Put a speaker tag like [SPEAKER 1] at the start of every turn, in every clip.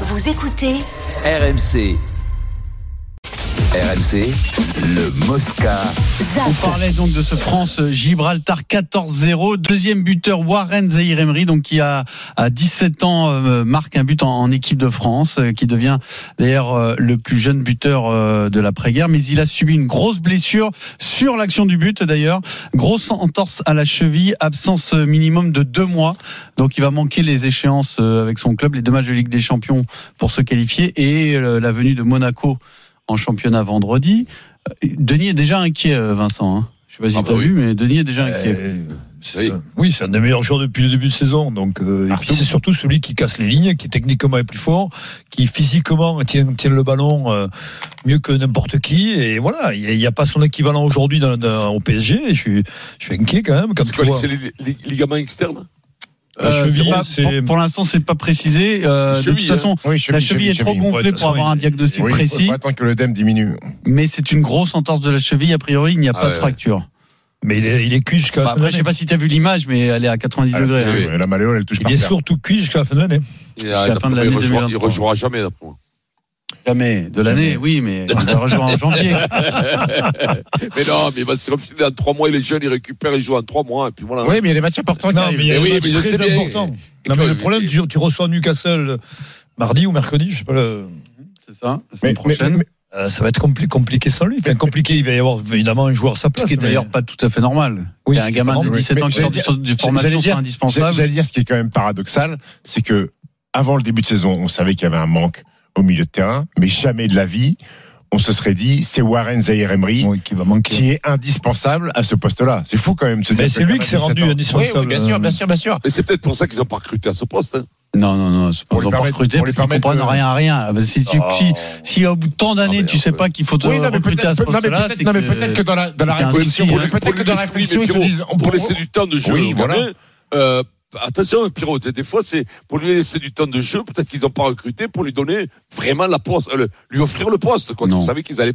[SPEAKER 1] Vous écoutez
[SPEAKER 2] RMC. RMC, le Mosca.
[SPEAKER 3] On
[SPEAKER 1] ZAP.
[SPEAKER 3] parlait donc de ce France-Gibraltar 14-0. Deuxième buteur Warren Zahir Emery, donc qui a à 17 ans euh, marque un but en, en équipe de France, euh, qui devient d'ailleurs euh, le plus jeune buteur euh, de l'après-guerre. Mais il a subi une grosse blessure sur l'action du but d'ailleurs, grosse entorse à la cheville, absence minimum de deux mois. Donc il va manquer les échéances euh, avec son club, les deux matchs de Ligue des Champions pour se qualifier et euh, la venue de Monaco en championnat vendredi. Euh, Denis est déjà inquiet, euh, Vincent. hein. Je sais pas si
[SPEAKER 4] Ah
[SPEAKER 3] t'as
[SPEAKER 4] bah oui.
[SPEAKER 3] vu, mais Denis est déjà inquiet.
[SPEAKER 5] Euh,
[SPEAKER 4] Oui.
[SPEAKER 5] c'est- Oui, c'est un des meilleurs joueurs depuis le début de saison. Donc, euh, et puis c'est surtout celui qui casse les lignes, qui techniquement est plus fort, qui physiquement tient, tient le ballon euh, mieux que n'importe qui. Et voilà, il n'y a, il y a pas son équivalent aujourd'hui dans- dans- au PSG. Et je suis, je suis inquiet quand même. Quand
[SPEAKER 4] C'est
[SPEAKER 5] tu
[SPEAKER 4] quoi,
[SPEAKER 5] vois
[SPEAKER 4] c'est les, les ligaments externes
[SPEAKER 5] la
[SPEAKER 3] Euh, c'est
[SPEAKER 5] cheville,
[SPEAKER 3] pas-
[SPEAKER 5] c'est-
[SPEAKER 3] pour pour l'instant, c'est pas précisé. Euh,
[SPEAKER 4] C'est
[SPEAKER 3] de toute
[SPEAKER 4] cheville,
[SPEAKER 3] façon,
[SPEAKER 6] Oui,
[SPEAKER 3] la cheville est trop
[SPEAKER 5] Ouais,
[SPEAKER 3] gonflée
[SPEAKER 5] de
[SPEAKER 3] pour
[SPEAKER 5] toute façon,
[SPEAKER 3] avoir un
[SPEAKER 5] il-
[SPEAKER 3] diagnostic
[SPEAKER 6] Oui,
[SPEAKER 3] précis,
[SPEAKER 6] faut attendre que le DEM diminue.
[SPEAKER 3] mais c'est une grosse entorse de la cheville. A priori, il n'y a
[SPEAKER 4] Ah
[SPEAKER 3] pas de
[SPEAKER 4] ouais.
[SPEAKER 3] fracture.
[SPEAKER 5] mais il est, il est cuit
[SPEAKER 3] Enfin,
[SPEAKER 5] jusqu'à la fin de
[SPEAKER 3] après, je sais
[SPEAKER 5] l'année.
[SPEAKER 3] pas si t'as vu l'image, mais elle est à 90
[SPEAKER 6] Ah,
[SPEAKER 3] degrés.
[SPEAKER 6] la
[SPEAKER 3] hein.
[SPEAKER 4] oui.
[SPEAKER 6] touche- La malléole, elle touche
[SPEAKER 5] Il
[SPEAKER 6] par
[SPEAKER 5] est
[SPEAKER 6] terre.
[SPEAKER 5] surtout cuit jusqu'à la fin de l'année.
[SPEAKER 4] Et, euh,
[SPEAKER 3] la fin de
[SPEAKER 4] d'après moi,
[SPEAKER 3] l'année
[SPEAKER 4] il, rejouera,
[SPEAKER 3] 2023.
[SPEAKER 4] il rejouera jamais, d'après moi.
[SPEAKER 3] Jamais de l'année, oui, mais on va rejoindre en janvier.
[SPEAKER 4] Mais non, mais il va se refiler dans trois mois, il est jeune, il récupère, il joue en trois mois, et puis voilà.
[SPEAKER 6] Oui, mais il y a des matchs importants. qui
[SPEAKER 5] Non,
[SPEAKER 6] arrivent.
[SPEAKER 5] mais il y a
[SPEAKER 4] Mais
[SPEAKER 5] un
[SPEAKER 4] oui,
[SPEAKER 5] match
[SPEAKER 4] mais je sais
[SPEAKER 5] très
[SPEAKER 4] bien.
[SPEAKER 5] important.
[SPEAKER 4] Et
[SPEAKER 5] Non, mais
[SPEAKER 4] que-
[SPEAKER 5] le problème, tu, tu reçois Newcastle mardi ou mercredi, je sais pas. le-
[SPEAKER 3] C'est ça, la
[SPEAKER 6] Mais-
[SPEAKER 3] semaine prochaine.
[SPEAKER 6] mais- mais-
[SPEAKER 5] euh, ça va être compli- compliqué sans lui. Enfin, compliqué, il va y avoir évidemment un joueur à sa place.
[SPEAKER 3] Ce qui est
[SPEAKER 5] mais-
[SPEAKER 3] d'ailleurs pas tout à fait normal. Il
[SPEAKER 5] Oui,
[SPEAKER 3] y a un
[SPEAKER 5] c'est
[SPEAKER 3] gamin de
[SPEAKER 5] normal,
[SPEAKER 6] oui.
[SPEAKER 3] 17 ans
[SPEAKER 6] Mais
[SPEAKER 3] qui sort
[SPEAKER 6] j'allais
[SPEAKER 3] du- du formation,
[SPEAKER 6] j'allais
[SPEAKER 3] c'est
[SPEAKER 6] dire-
[SPEAKER 3] indispensable.
[SPEAKER 6] J'allais dire ce qui est quand même paradoxal, c'est que avant le début de saison, on savait qu'il y avait un manque au milieu de terrain, mais jamais de la vie, on se serait dit c'est Warren Zahir Emery
[SPEAKER 5] Oui, qui va manquer.
[SPEAKER 6] qui est indispensable à ce poste-là. C'est fou quand même. de Se
[SPEAKER 5] Mais
[SPEAKER 6] dire
[SPEAKER 5] c'est
[SPEAKER 6] que
[SPEAKER 5] lui
[SPEAKER 6] quand
[SPEAKER 5] qui
[SPEAKER 6] même
[SPEAKER 5] s'est rendu
[SPEAKER 6] 17 ans.
[SPEAKER 5] indispensable.
[SPEAKER 6] Oui, oui, bien sûr, bien sûr, bien sûr.
[SPEAKER 4] Mais c'est peut-être pour ça qu'ils n'ont pas recruté à ce poste. hein.
[SPEAKER 3] Non, non, non, c'est pas-
[SPEAKER 6] Pour
[SPEAKER 3] ils
[SPEAKER 6] lui
[SPEAKER 3] ont pas
[SPEAKER 6] permettre-
[SPEAKER 3] recruté
[SPEAKER 6] pour lui
[SPEAKER 3] parce qu'ils
[SPEAKER 6] permettre
[SPEAKER 3] comprennent
[SPEAKER 6] de-
[SPEAKER 3] rien à rien. Bah, Si, tu, si, si au bout de tant
[SPEAKER 4] Ah,
[SPEAKER 3] d'années,
[SPEAKER 4] Oh. mais
[SPEAKER 3] tu sais
[SPEAKER 4] alors,
[SPEAKER 3] pas qu'il faut te
[SPEAKER 6] Oui, non, mais
[SPEAKER 3] recruter à
[SPEAKER 6] peut-être
[SPEAKER 3] ce
[SPEAKER 6] non, mais
[SPEAKER 3] poste-là,
[SPEAKER 6] peut-être-
[SPEAKER 3] c'est
[SPEAKER 6] non, mais peut-être que dans la dans la
[SPEAKER 3] qu'il y a un
[SPEAKER 6] réflexion,
[SPEAKER 3] souci, hein.
[SPEAKER 6] peut-être que dans la
[SPEAKER 4] laisser- oui, mais
[SPEAKER 6] réflexion, ils se
[SPEAKER 4] Pierrot,
[SPEAKER 6] disent on
[SPEAKER 4] pour
[SPEAKER 6] pourrait-
[SPEAKER 4] laisser du temps de jeu.
[SPEAKER 6] Oui,
[SPEAKER 4] aux
[SPEAKER 6] voilà.
[SPEAKER 4] gamins, euh, attention, Pierrot, des fois, c'est pour lui laisser du temps de jeu, peut-être qu'ils n'ont pas recruté pour lui donner vraiment la poste, euh, le- lui offrir le poste, quand
[SPEAKER 3] Non.
[SPEAKER 4] ils savaient qu'ils allaient.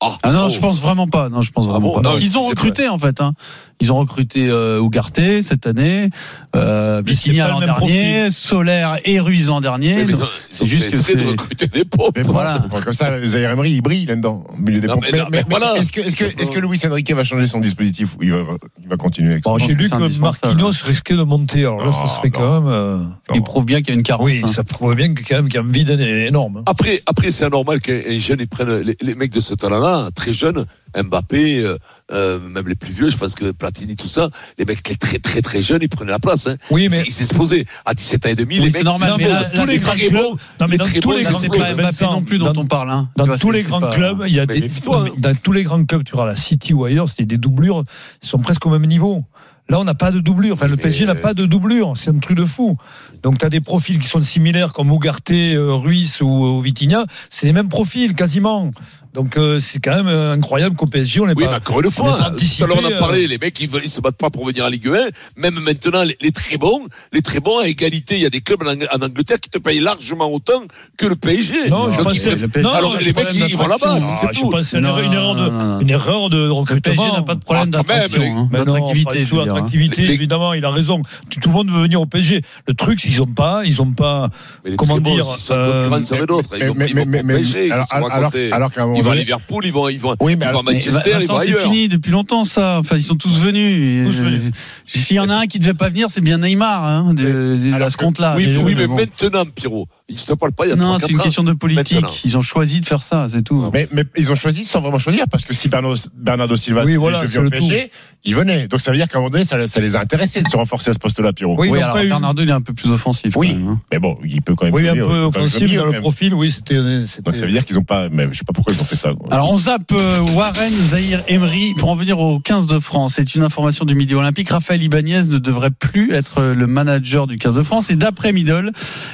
[SPEAKER 4] Ah,
[SPEAKER 3] Ah non,
[SPEAKER 4] oh.
[SPEAKER 3] je pense vraiment pas. Non, je pense
[SPEAKER 4] Ah
[SPEAKER 3] vraiment
[SPEAKER 4] bon
[SPEAKER 3] pas.
[SPEAKER 4] Non,
[SPEAKER 3] Parce
[SPEAKER 4] je-
[SPEAKER 3] qu'ils ont
[SPEAKER 4] c'est
[SPEAKER 3] recruté en fait. Hein. Ils ont recruté euh, Ougarté cette année, euh,
[SPEAKER 5] Mais c'est
[SPEAKER 3] Vitinha
[SPEAKER 5] pas le
[SPEAKER 3] l'an
[SPEAKER 5] même
[SPEAKER 3] dernier, Solaire et Ruiz l'an dernier.
[SPEAKER 4] Mais ils
[SPEAKER 3] Donc,
[SPEAKER 4] ont- ils ont
[SPEAKER 3] juste
[SPEAKER 4] fait
[SPEAKER 3] que
[SPEAKER 4] exprès
[SPEAKER 3] c'est-
[SPEAKER 4] de recruter des pauvres.
[SPEAKER 6] Mais voilà.
[SPEAKER 3] Voilà.
[SPEAKER 6] Comme ça, Zaire Emery, il brille là-dedans, au milieu des
[SPEAKER 4] Non,
[SPEAKER 6] pompes.
[SPEAKER 4] mais non, mais voilà.
[SPEAKER 6] est-ce que, est-ce que, est-ce que Luis Enrique va changer son dispositif ou il va, il va continuer avec
[SPEAKER 5] Bon,
[SPEAKER 6] ça
[SPEAKER 3] pense
[SPEAKER 5] j'ai
[SPEAKER 3] que
[SPEAKER 5] lu
[SPEAKER 3] c'est
[SPEAKER 5] que
[SPEAKER 3] indispensable.
[SPEAKER 5] Marquinhos risquait de monter. Alors là,
[SPEAKER 3] Ah,
[SPEAKER 5] ça
[SPEAKER 6] Non,
[SPEAKER 5] serait
[SPEAKER 6] non.
[SPEAKER 5] quand même. euh, Ah
[SPEAKER 3] il prouve bien qu'il y a une carence.
[SPEAKER 5] Oui,
[SPEAKER 3] hein.
[SPEAKER 5] ça prouve bien que, quand même qu'il y a un vide énorme. hein.
[SPEAKER 4] Après, après c'est normal qu'un jeune, ils prennent les, les mecs de ce talent-là, très jeunes, Mbappé, euh, euh, même les plus vieux, je pense que Platini, tout ça, les mecs les très très très jeunes, ils prenaient la place. Hein.
[SPEAKER 5] Oui, mais
[SPEAKER 4] Ils s'exposaient. À 17 ans et demi,
[SPEAKER 3] Oui,
[SPEAKER 4] les
[SPEAKER 3] c'est
[SPEAKER 4] mecs
[SPEAKER 3] normal,
[SPEAKER 4] ils
[SPEAKER 3] mais là-
[SPEAKER 4] s'exposent.
[SPEAKER 3] là,
[SPEAKER 4] tous les
[SPEAKER 3] c'est
[SPEAKER 4] grands
[SPEAKER 5] très
[SPEAKER 4] bons,
[SPEAKER 5] non, mais
[SPEAKER 4] les
[SPEAKER 5] dans
[SPEAKER 4] très
[SPEAKER 5] tous
[SPEAKER 4] bons,
[SPEAKER 5] les
[SPEAKER 3] Là,
[SPEAKER 5] grands
[SPEAKER 3] c'est
[SPEAKER 4] clubs,
[SPEAKER 3] pas
[SPEAKER 5] clubs,
[SPEAKER 3] Mbappé non plus dont
[SPEAKER 5] dans-
[SPEAKER 3] on parle. Hein. Tu
[SPEAKER 5] dans
[SPEAKER 3] vois,
[SPEAKER 5] tous
[SPEAKER 3] c'est-
[SPEAKER 5] les
[SPEAKER 3] c'est
[SPEAKER 5] grands
[SPEAKER 3] pas-
[SPEAKER 5] clubs, il y a
[SPEAKER 4] Mais
[SPEAKER 5] des
[SPEAKER 4] méfie-toi,
[SPEAKER 5] non, mais
[SPEAKER 4] hein.
[SPEAKER 5] dans tous les grands clubs, tu auras la City ou ailleurs, c'était des doublures, ils sont presque au même niveau. Là, on n'a pas de doublure. Enfin,
[SPEAKER 4] Oui,
[SPEAKER 5] le
[SPEAKER 4] mais- euh,
[SPEAKER 5] PSG n'a pas de doublure. C'est un truc de fou. Donc, tu as des profils qui sont similaires comme Ougarté, euh, Ruiz ou euh, Vitinha. C'est les mêmes profils, quasiment. Donc, euh, c'est quand même euh, incroyable qu'au PSG, on n'est
[SPEAKER 4] Oui, mais
[SPEAKER 5] pas.
[SPEAKER 4] encore une
[SPEAKER 5] on est pas
[SPEAKER 4] fois, hein, tout
[SPEAKER 5] anticipé,
[SPEAKER 4] à l'heure on en
[SPEAKER 5] euh.
[SPEAKER 4] parlé, les mecs ils, veulent- ils se battent pas pour venir à Ligue 1, même maintenant les, les très bons, les très bons à égalité, il y a des clubs en, Ang- en Angleterre qui te payent largement autant que le PSG.
[SPEAKER 5] Non, je
[SPEAKER 4] Donc,
[SPEAKER 5] pensais-
[SPEAKER 4] ils-
[SPEAKER 3] le PSG-
[SPEAKER 5] non, non,
[SPEAKER 4] alors
[SPEAKER 5] je
[SPEAKER 4] que les mecs
[SPEAKER 5] parlais
[SPEAKER 4] ils, ils vont là-bas,
[SPEAKER 5] d'attraction.
[SPEAKER 4] puis
[SPEAKER 5] Ah,
[SPEAKER 4] c'est
[SPEAKER 5] je
[SPEAKER 4] tout.
[SPEAKER 5] pensais à une
[SPEAKER 3] Non,
[SPEAKER 5] erreur- une
[SPEAKER 3] non,
[SPEAKER 5] erreur
[SPEAKER 3] non, non, non.
[SPEAKER 5] de- une erreur de
[SPEAKER 3] Le
[SPEAKER 5] recrutement.
[SPEAKER 3] PSG n'a pas de problème
[SPEAKER 4] Ah, quand même,
[SPEAKER 3] d'attraction, hein,
[SPEAKER 5] Mais non, pas
[SPEAKER 3] d'attractivité.
[SPEAKER 5] du
[SPEAKER 3] je veux
[SPEAKER 5] tout
[SPEAKER 3] dire, hein.
[SPEAKER 5] attractivité,
[SPEAKER 4] Les- les-
[SPEAKER 5] évidemment, il a raison. Tout, tout le monde veut venir au PSG. Le truc, c'est qu'ils ont pas, ils ont pas.
[SPEAKER 4] Mais les
[SPEAKER 5] Comment
[SPEAKER 4] très bons,
[SPEAKER 5] dire,
[SPEAKER 4] ils sont en
[SPEAKER 5] euh,
[SPEAKER 4] concurrence avec d'autres, hein, ils
[SPEAKER 6] Mais-
[SPEAKER 4] vont
[SPEAKER 6] mais-
[SPEAKER 4] ils vont
[SPEAKER 6] mais-
[SPEAKER 4] pas au
[SPEAKER 6] mais-
[SPEAKER 4] PSG,
[SPEAKER 6] alors,
[SPEAKER 4] qu'est-ce qu'on va
[SPEAKER 6] alors,
[SPEAKER 4] raconter
[SPEAKER 6] alors qu'à un moment
[SPEAKER 4] Ils vont à
[SPEAKER 6] donné-
[SPEAKER 4] Liverpool, ils vont, ils vont,
[SPEAKER 6] Oui, mais
[SPEAKER 4] ils vont à
[SPEAKER 6] alors-
[SPEAKER 4] Manchester, ils vont
[SPEAKER 3] Vincent, c'est
[SPEAKER 4] ailleurs.
[SPEAKER 3] fini depuis longtemps ça. Enfin, ils sont tous venus.
[SPEAKER 5] Tous
[SPEAKER 3] Euh,
[SPEAKER 5] venus.
[SPEAKER 3] S'il y en a un qui devait pas venir, c'est bien Neymar. Hein, de, de-
[SPEAKER 6] alors
[SPEAKER 3] à ce
[SPEAKER 6] que-
[SPEAKER 3] compte-là.
[SPEAKER 4] oui,
[SPEAKER 3] Mais-
[SPEAKER 4] oui, mais
[SPEAKER 3] bon.
[SPEAKER 4] maintenant, Pierrot, je te parle pas il y a
[SPEAKER 3] Non, c'est une
[SPEAKER 4] 3-4 ans.
[SPEAKER 3] question de politique.
[SPEAKER 4] Maintenant.
[SPEAKER 3] Ils ont choisi de faire ça, c'est tout.
[SPEAKER 6] mais, mais ils ont choisi sans vraiment choisir parce que si Bernardo, Bernardo Silva
[SPEAKER 5] Oui,
[SPEAKER 6] disait,
[SPEAKER 5] voilà,
[SPEAKER 6] je
[SPEAKER 5] c'est
[SPEAKER 6] viens au
[SPEAKER 5] le
[SPEAKER 6] PSG, il venait. Donc ça veut dire qu'à un moment donné, ça, ça les a intéressés de se renforcer à ce poste-là, Pierrot.
[SPEAKER 5] Oui,
[SPEAKER 3] Oui,
[SPEAKER 5] ils n'ont
[SPEAKER 3] alors
[SPEAKER 5] pas eu-
[SPEAKER 3] Bernardo, il est un peu plus offensif.
[SPEAKER 6] Oui.
[SPEAKER 3] quand même, hein.
[SPEAKER 6] Mais bon, il peut quand même.
[SPEAKER 5] Oui, un
[SPEAKER 6] jouer,
[SPEAKER 5] peu
[SPEAKER 6] euh,
[SPEAKER 5] offensif
[SPEAKER 6] jouer,
[SPEAKER 5] dans
[SPEAKER 6] quand
[SPEAKER 5] le
[SPEAKER 6] même.
[SPEAKER 5] profil. Oui, c'était. euh, c'était-
[SPEAKER 6] Donc ça veut dire qu'ils ont pas. Mais je sais pas pourquoi ils ont fait ça. quoi.
[SPEAKER 3] Alors on zappe euh, Warren Zahir Emery pour en venir au 15 de France. C'est une information du Midi Olympique. Raphaël Ibanez ne devrait plus être euh, le manager du 15 de France. Et d'après Middle,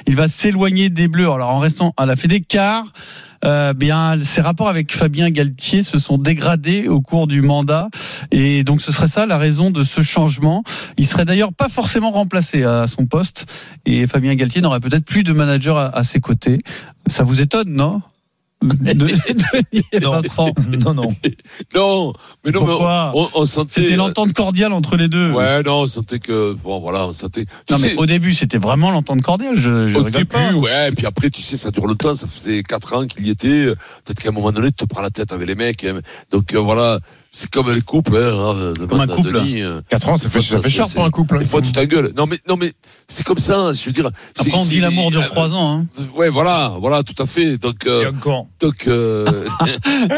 [SPEAKER 3] il va s'éloigner des Bleus. Alors en restant à la Fédé, car euh, bien ses rapports avec Fabien Galtier se sont dégradés au cours du mandat. Et donc ce serait ça la raison de ce changement. Il serait d'ailleurs pas forcément remplacé à son poste. Et Fabien Galtier n'aurait peut-être plus de manager à, à ses côtés. Ça vous étonne, non de, de-
[SPEAKER 5] Non.
[SPEAKER 3] Vincent.
[SPEAKER 5] Non, non. euh,
[SPEAKER 4] Non, mais non, mais
[SPEAKER 3] Pourquoi
[SPEAKER 4] on, on- on sentait.
[SPEAKER 3] C'était l'entente cordiale entre les deux.
[SPEAKER 4] Ouais, non, on sentait que. Bon, voilà, on sentait. Tu
[SPEAKER 3] Non,
[SPEAKER 4] sais,
[SPEAKER 3] mais au début, c'était vraiment l'entente cordiale. Je, je
[SPEAKER 4] Au
[SPEAKER 3] rigole
[SPEAKER 4] début,
[SPEAKER 3] pas.
[SPEAKER 4] ouais, et puis après, tu sais, ça dure longtemps, ça faisait 4 ans qu'il y était. Peut-être qu'à un moment donné, tu te prends la tête avec les mecs. hein. Donc euh, voilà, c'est comme les couples. Hein,
[SPEAKER 3] Comme un couple.
[SPEAKER 6] 4 ans, ça fait, ça fait cher pour un couple. hein.
[SPEAKER 4] Des fois, tu ta gueule. Non, mais, non, mais c'est comme ça, je veux dire.
[SPEAKER 3] Après,
[SPEAKER 4] c'est-
[SPEAKER 3] on
[SPEAKER 4] c'est-
[SPEAKER 3] dit l'amour dure
[SPEAKER 4] euh,
[SPEAKER 3] 3 ans. hein.
[SPEAKER 4] Ouais, voilà, voilà, tout à fait. Donc,
[SPEAKER 5] Et
[SPEAKER 4] euh,
[SPEAKER 5] encore.
[SPEAKER 4] donc euh,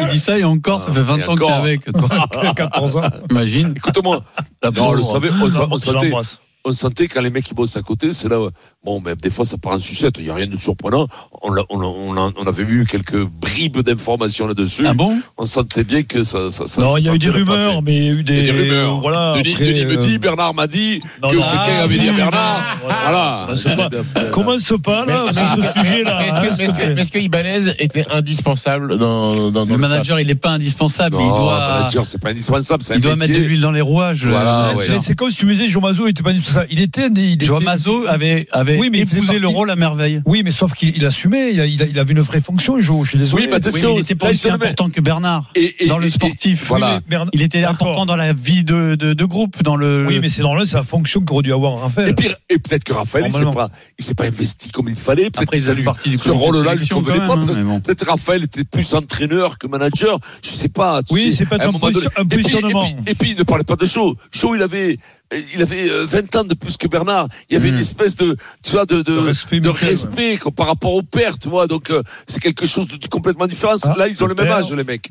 [SPEAKER 3] Il dit ça et encore, ça fait 20
[SPEAKER 4] Et
[SPEAKER 3] ans que t'es
[SPEAKER 4] Ah, encore.
[SPEAKER 3] avec. Toi,
[SPEAKER 5] 14 ans.
[SPEAKER 3] imagine.
[SPEAKER 4] écoute-moi,
[SPEAKER 3] La
[SPEAKER 4] Non, on le
[SPEAKER 3] pauvre.
[SPEAKER 4] savait, on, sa- on
[SPEAKER 5] Je
[SPEAKER 4] sentait,
[SPEAKER 5] l'embrasse.
[SPEAKER 4] on sentait quand les mecs qui bossent à côté, c'est là. où- Bon, mais des fois, ça part en sucette. Il n'y a rien de surprenant. On, l'a- on, l'a- on, l'a- on avait eu quelques bribes d'informations là-dessus.
[SPEAKER 3] Ah bon
[SPEAKER 4] On sentait bien que ça. ça, ça
[SPEAKER 5] Non, il y a
[SPEAKER 4] ça
[SPEAKER 5] eu des
[SPEAKER 4] sentait la
[SPEAKER 5] rumeurs,
[SPEAKER 4] pâte.
[SPEAKER 5] mais il y a eu
[SPEAKER 4] Il y
[SPEAKER 5] des.
[SPEAKER 4] a des rumeurs.
[SPEAKER 5] Voilà.
[SPEAKER 4] Denis,
[SPEAKER 5] après,
[SPEAKER 4] Denis me dit,
[SPEAKER 5] euh,
[SPEAKER 4] Bernard m'a dit
[SPEAKER 5] non,
[SPEAKER 4] que
[SPEAKER 5] non,
[SPEAKER 4] quelqu'un
[SPEAKER 5] ah,
[SPEAKER 4] avait dit à
[SPEAKER 5] oui,
[SPEAKER 4] Bernard. Voilà.
[SPEAKER 5] Bah, c'est pas-
[SPEAKER 4] Euh,
[SPEAKER 5] Commence pas, là,
[SPEAKER 6] ah,
[SPEAKER 1] Mais-
[SPEAKER 5] sur ce
[SPEAKER 1] Mais
[SPEAKER 5] sujet-là. hein,
[SPEAKER 1] Est-ce que,
[SPEAKER 5] s'il te
[SPEAKER 1] est-ce
[SPEAKER 5] plaît.
[SPEAKER 1] que- est-ce que Ibanez était indispensable dans, dans, dans
[SPEAKER 3] Le
[SPEAKER 1] staff
[SPEAKER 3] manager, il n'est pas indispensable.
[SPEAKER 4] Non,
[SPEAKER 3] mais il doit,
[SPEAKER 4] manager, c'est pas indispensable. C'est un
[SPEAKER 3] il doit mettre
[SPEAKER 4] métier.
[SPEAKER 3] de l'huile dans les rouages.
[SPEAKER 4] Voilà,
[SPEAKER 3] le
[SPEAKER 4] ouais.
[SPEAKER 3] manager.
[SPEAKER 5] Mais C'est comme si tu me disais, Jean Mazot était pas du tout ça. Il était. Il était
[SPEAKER 3] Joao Mazzo avait, avait
[SPEAKER 5] Oui, mais il faisait
[SPEAKER 3] épousé le
[SPEAKER 5] partie-
[SPEAKER 3] rôle à merveille.
[SPEAKER 5] Oui, mais sauf qu'il il assumait. Il, a- il a- il avait une vraie fonction, Joe. Je suis désolé.
[SPEAKER 4] Oui, bah, mais attention,
[SPEAKER 3] Oui, mais il n'était pas
[SPEAKER 4] là,
[SPEAKER 3] aussi
[SPEAKER 4] il se le met.
[SPEAKER 3] important que Bernard
[SPEAKER 4] Et- et-
[SPEAKER 3] dans le
[SPEAKER 4] et-
[SPEAKER 3] sportif.
[SPEAKER 4] voilà.
[SPEAKER 3] Oui, mais Bernard- Il était important
[SPEAKER 5] D'accord.
[SPEAKER 3] dans la vie de, de, de groupe, dans le.
[SPEAKER 5] Oui, mais c'est normal, c'est la fonction qu'aurait dû avoir
[SPEAKER 4] Et
[SPEAKER 5] Raphaël.
[SPEAKER 4] pire, et peut-être que Raphaël, il s'est
[SPEAKER 5] Normalement.
[SPEAKER 4] pas, il s'est pas investi comme il fallait. Peut-être
[SPEAKER 3] Après,
[SPEAKER 4] que
[SPEAKER 3] il
[SPEAKER 4] ça
[SPEAKER 3] a fait
[SPEAKER 4] lui-
[SPEAKER 3] partie du
[SPEAKER 4] ce
[SPEAKER 3] comité de
[SPEAKER 4] rôle-là lui
[SPEAKER 3] sélection
[SPEAKER 4] convenait
[SPEAKER 3] quand
[SPEAKER 4] pas.
[SPEAKER 3] même, hein, mais
[SPEAKER 4] Peut-être
[SPEAKER 3] bon.
[SPEAKER 4] peut-être Raphaël était plus entraîneur que manager. Je sais pas. tu
[SPEAKER 5] Oui,
[SPEAKER 4] sais.
[SPEAKER 5] c'est peut-être
[SPEAKER 4] À
[SPEAKER 5] un
[SPEAKER 4] moment
[SPEAKER 5] position-
[SPEAKER 4] donné-
[SPEAKER 5] un
[SPEAKER 4] et puis-
[SPEAKER 5] positionnement.
[SPEAKER 4] Et puis, et puis, il ne parlait pas de Shaw. Shaw, il avait, il avait euh, 20 ans de plus que Bernard. Il y avait
[SPEAKER 3] Mm.
[SPEAKER 4] une espèce de, tu vois, de, de,
[SPEAKER 5] De respect
[SPEAKER 4] de
[SPEAKER 5] mutuel,
[SPEAKER 4] respect, quoi, par rapport au père, tu vois. Donc, euh, c'est quelque chose de complètement différent.
[SPEAKER 5] Ah,
[SPEAKER 4] Là, ils ont le
[SPEAKER 5] le
[SPEAKER 4] même
[SPEAKER 5] père.
[SPEAKER 4] âge, les mecs.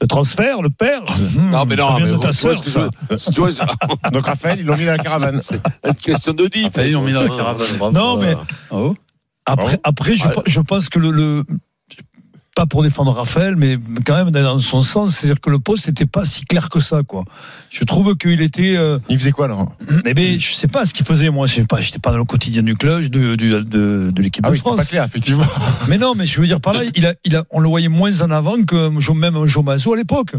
[SPEAKER 5] Le transfert, le père. Hum,
[SPEAKER 4] Non, mais
[SPEAKER 5] ça
[SPEAKER 4] non,
[SPEAKER 5] vient
[SPEAKER 4] mais
[SPEAKER 5] de
[SPEAKER 4] bon,
[SPEAKER 5] ta
[SPEAKER 4] tu
[SPEAKER 5] sœur,
[SPEAKER 4] vois ce que
[SPEAKER 5] ça.
[SPEAKER 4] je veux- tu vois, c'est
[SPEAKER 6] Donc Raphaël, ils l'ont mis dans la caravane.
[SPEAKER 4] une question de dit.
[SPEAKER 3] Ah, ils l'ont mis dans la caravane, bravo.
[SPEAKER 5] Non, mais
[SPEAKER 3] Oh.
[SPEAKER 5] Après, après je,
[SPEAKER 4] Ah Ouais.
[SPEAKER 5] pe- je pense que le, le- pas pour défendre Raphaël, mais quand même dans son sens, c'est-à-dire que le poste n'était pas si clair que ça, quoi. Je trouve qu'il était, euh,
[SPEAKER 6] Il faisait quoi, Laurent
[SPEAKER 3] Mm.
[SPEAKER 5] eh ben, je sais pas ce qu'il faisait, moi, je sais pas, j'étais pas dans le quotidien du club, de, du- de, de l'équipe
[SPEAKER 6] Ah
[SPEAKER 5] de
[SPEAKER 6] oui, c'était pas
[SPEAKER 5] France.
[SPEAKER 6] clair, effectivement.
[SPEAKER 5] Mais non, mais je veux dire par là, il a, il a, on le voyait moins en avant que Jo- même Jomazo à l'époque,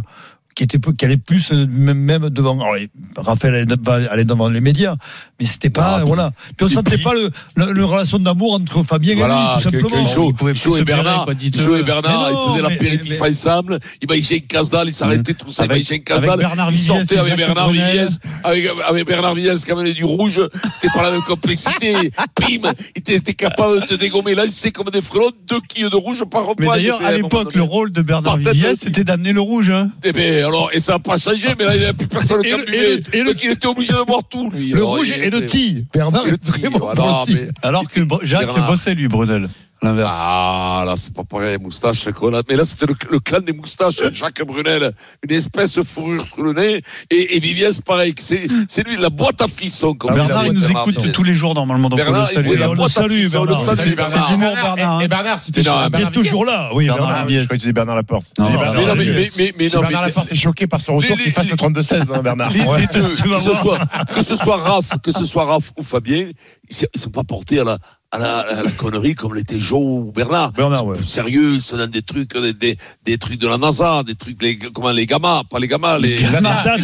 [SPEAKER 5] qui était, peu- qui allait plus euh, même, même devant. alors, les- Raphaël allait, de- allait devant les médias, mais c'était pas
[SPEAKER 4] Ah, puis-
[SPEAKER 5] voilà. Puis on
[SPEAKER 4] et
[SPEAKER 5] sentait
[SPEAKER 4] puis-
[SPEAKER 5] pas le, le, le relation d'amour entre Fabien
[SPEAKER 4] Voilà,
[SPEAKER 5] et lui, tout
[SPEAKER 4] que- que
[SPEAKER 5] simplement.
[SPEAKER 4] Shaw-
[SPEAKER 3] Il pouvait plus
[SPEAKER 4] Shaw
[SPEAKER 3] se
[SPEAKER 4] et Bernard,
[SPEAKER 3] blairer, quoi, dites-le.
[SPEAKER 4] Shaw et Bernard,
[SPEAKER 5] Mais
[SPEAKER 4] ils
[SPEAKER 5] non,
[SPEAKER 4] faisaient
[SPEAKER 5] mais-
[SPEAKER 4] l'apéritif
[SPEAKER 5] mais-
[SPEAKER 4] ensemble, ils mangeaient une casdale, ils s'arrêtaient tous, ils
[SPEAKER 3] Avec-
[SPEAKER 4] mangeaient une
[SPEAKER 3] avec
[SPEAKER 4] casdale,
[SPEAKER 3] Bernard
[SPEAKER 4] ils
[SPEAKER 3] Villiers
[SPEAKER 4] sortaient
[SPEAKER 3] et
[SPEAKER 4] avec
[SPEAKER 3] Jacques
[SPEAKER 4] Bernard
[SPEAKER 3] Brunel.
[SPEAKER 4] Villiers, avec, avec Bernard Villiers qui amenait du rouge, c'était pas la même complexité, prime, ils étaient capables de te dégommer, là, c'est comme des frelons, deux quilles de rouge par repas.
[SPEAKER 3] Mais d'ailleurs,
[SPEAKER 4] c'était
[SPEAKER 3] à
[SPEAKER 4] un moment
[SPEAKER 3] l'époque,
[SPEAKER 4] donné.
[SPEAKER 3] le rôle de Bernard
[SPEAKER 4] Par tête,
[SPEAKER 3] Villiers,
[SPEAKER 4] le-
[SPEAKER 3] c'était d'amener le rouge. hein.
[SPEAKER 4] Eh ben, alors, et ça n'a pas changé, mais là, il n'y a plus personne qui a
[SPEAKER 5] Et le- et
[SPEAKER 4] buvait,
[SPEAKER 5] le- et le-
[SPEAKER 4] donc il était obligé de boire tout, lui.
[SPEAKER 5] Le
[SPEAKER 4] Alors,
[SPEAKER 5] rouge
[SPEAKER 4] il
[SPEAKER 5] et le
[SPEAKER 4] était-
[SPEAKER 5] tigre. Bernard
[SPEAKER 4] et le
[SPEAKER 5] est
[SPEAKER 4] tigre,
[SPEAKER 5] vraiment
[SPEAKER 4] voilà,
[SPEAKER 5] bon tigre.
[SPEAKER 4] mais-
[SPEAKER 3] Alors que Br- Jacques
[SPEAKER 4] Bernard.
[SPEAKER 3] bossait, lui, Brunel. L'inverse.
[SPEAKER 4] Ah, là, c'est pas pareil, moustache, qu'on a. Mais là, c'était le, le clan des moustaches, Jacques Brunel, une espèce de fourrure sous le nez, et, et Vivien, c'est pareil, que c'est, c'est lui, la boîte à frissons, comme
[SPEAKER 3] Bernard,
[SPEAKER 4] on
[SPEAKER 3] il
[SPEAKER 4] dit,
[SPEAKER 3] nous
[SPEAKER 4] Bernard
[SPEAKER 3] écoute
[SPEAKER 4] Vivien.
[SPEAKER 3] tous les jours, normalement, donc
[SPEAKER 4] Bernard,
[SPEAKER 3] on
[SPEAKER 4] il
[SPEAKER 3] le
[SPEAKER 4] fait
[SPEAKER 3] salue.
[SPEAKER 4] la
[SPEAKER 5] On le
[SPEAKER 4] boîte à
[SPEAKER 5] salue,
[SPEAKER 4] frissons, on le
[SPEAKER 5] Bernard.
[SPEAKER 4] salue, Bernard.
[SPEAKER 3] C'est du monde,
[SPEAKER 6] Eh,
[SPEAKER 3] Bernard.
[SPEAKER 1] Et, et
[SPEAKER 3] hein.
[SPEAKER 1] Bernard, si t'es
[SPEAKER 4] Mais non,
[SPEAKER 1] chez
[SPEAKER 4] mais-
[SPEAKER 5] Il est
[SPEAKER 1] Bernard
[SPEAKER 5] toujours
[SPEAKER 1] Villiers.
[SPEAKER 5] là, oui.
[SPEAKER 3] Bernard
[SPEAKER 5] Bernard.
[SPEAKER 3] Villiers.
[SPEAKER 6] Je crois que c'est Bernard Laporte.
[SPEAKER 3] Non,
[SPEAKER 6] Et
[SPEAKER 3] non,
[SPEAKER 4] Mais non, mais, mais, mais, mais
[SPEAKER 6] Si
[SPEAKER 4] non,
[SPEAKER 6] Bernard
[SPEAKER 4] mais-
[SPEAKER 6] Laporte est choqué par son retour
[SPEAKER 4] Les-
[SPEAKER 6] qu'il fasse
[SPEAKER 4] les-
[SPEAKER 6] le 32-16, hein, Bernard.
[SPEAKER 4] les, les deux,
[SPEAKER 5] tu vas
[SPEAKER 4] que ce,
[SPEAKER 5] voir.
[SPEAKER 4] soit, que ce soit Raph, que ce soit Raph ou Fabien, ils se- ils sont pas portés à la, à la, à la connerie comme l'était Joe ou Bernard.
[SPEAKER 5] Bernard, ouais.
[SPEAKER 4] Ils sont plus Sérieux, ils sont dans des trucs, des, des, des trucs de la NASA, des trucs, les, comment, les gammas, pas les gammas, les,
[SPEAKER 5] Data.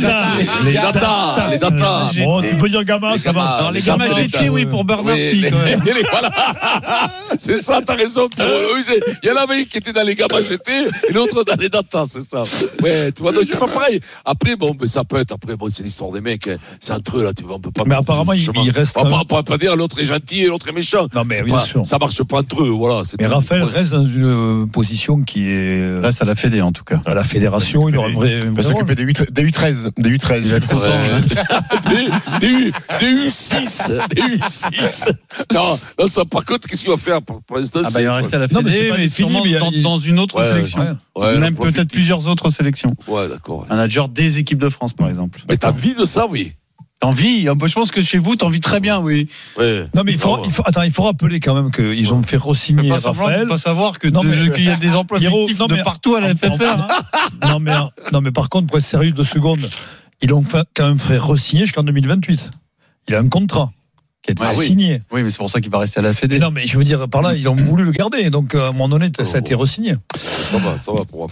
[SPEAKER 4] les data, les data.
[SPEAKER 5] Bon,
[SPEAKER 3] Oh,
[SPEAKER 5] tu peux dire gamin,
[SPEAKER 4] Les
[SPEAKER 5] ça va.
[SPEAKER 4] gamins,
[SPEAKER 5] Alors,
[SPEAKER 4] les
[SPEAKER 5] Ah, les
[SPEAKER 4] gamins
[SPEAKER 5] gamins,
[SPEAKER 4] de l'État.
[SPEAKER 5] j'étais, oui, pour
[SPEAKER 3] Bernard,
[SPEAKER 4] Oui,
[SPEAKER 3] si,
[SPEAKER 4] les-
[SPEAKER 3] quand même.
[SPEAKER 4] les- voilà. c'est ça, t'as raison. Pierrot. Oui, c'est- Il y en avait un qui était dans les gamins jetés et l'autre dans les datas, c'est ça. Ouais, tu vois, donc c'est pas pareil. Après, bon, mais ça peut être, après, bon, c'est l'histoire des mecs, hein. c'est entre eux, là, tu vois, on peut pas.
[SPEAKER 5] Mais apparemment, il-
[SPEAKER 4] Chemin.
[SPEAKER 5] il reste
[SPEAKER 4] On peut,
[SPEAKER 5] un-
[SPEAKER 4] on peut pas dire l'autre est gentil et l'autre est méchant.
[SPEAKER 5] Non, mais
[SPEAKER 4] C'est
[SPEAKER 5] bien
[SPEAKER 4] pas-
[SPEAKER 5] sûr.
[SPEAKER 4] Ça marche pas entre eux, voilà. c'est
[SPEAKER 5] Mais
[SPEAKER 4] tout.
[SPEAKER 5] Raphaël
[SPEAKER 4] Ouais.
[SPEAKER 5] reste dans une euh, position qui est euh,
[SPEAKER 3] Là, ça l'a fédé, en tout cas.
[SPEAKER 5] à la fédération. Ah, Il aurait un vrai.
[SPEAKER 6] Il va s'occuper des 8 des 8-13. Des 8-13.
[SPEAKER 4] Ouais. Des U- des U6, des U6. Non, non, ça, par contre, qu'est-ce qu'il va faire pour, pour l'instant
[SPEAKER 3] Ah bah, il va
[SPEAKER 4] c'est-
[SPEAKER 3] rester à la
[SPEAKER 5] Non, mais c'est
[SPEAKER 3] Fédé,
[SPEAKER 5] pas
[SPEAKER 3] mais
[SPEAKER 5] fini,
[SPEAKER 3] sûrement
[SPEAKER 5] mais il y a-
[SPEAKER 3] dans,
[SPEAKER 5] il-
[SPEAKER 3] dans une autre
[SPEAKER 4] Ouais,
[SPEAKER 3] sélection.
[SPEAKER 5] ouais.
[SPEAKER 4] Ouais,
[SPEAKER 3] Même
[SPEAKER 4] on profite.
[SPEAKER 3] peut-être plusieurs autres sélections.
[SPEAKER 4] Ouais, d'accord.
[SPEAKER 5] Ah,
[SPEAKER 4] ouais.
[SPEAKER 3] Manager des équipes de France, par exemple.
[SPEAKER 4] Mais t'as envie de ça, oui.
[SPEAKER 3] T'as envie hein, bah, Je pense que chez vous, t'as envie très bien, oui.
[SPEAKER 4] Ah Ouais.
[SPEAKER 5] Non, mais il faut,
[SPEAKER 4] Non.
[SPEAKER 5] il faut, attends, il faut rappeler quand même qu'ils ont fait
[SPEAKER 3] Mais
[SPEAKER 5] re-signer
[SPEAKER 3] pas semblant de
[SPEAKER 5] Raphaël.
[SPEAKER 3] pas savoir que
[SPEAKER 5] Non,
[SPEAKER 3] de-
[SPEAKER 5] mais-
[SPEAKER 3] qu'il y a des emplois
[SPEAKER 5] Pierrot,
[SPEAKER 3] fictifs
[SPEAKER 5] non,
[SPEAKER 3] de
[SPEAKER 5] mais-
[SPEAKER 3] partout à la FFR. hein.
[SPEAKER 5] non, mais, non, mais par contre, pour être sérieux deux secondes, ils l'ont fait- quand même fait re-signer jusqu'en 2028. Il a un contrat qui a été
[SPEAKER 4] Ah oui.
[SPEAKER 5] signé.
[SPEAKER 3] Oui, mais c'est pour ça qu'il va rester à la Fédé.
[SPEAKER 5] Mais euh, non, mais je veux dire, par là, ils ont voulu le garder. Donc, à un moment donné, ça a été re-signé.
[SPEAKER 4] Ça va, ça va pour moi.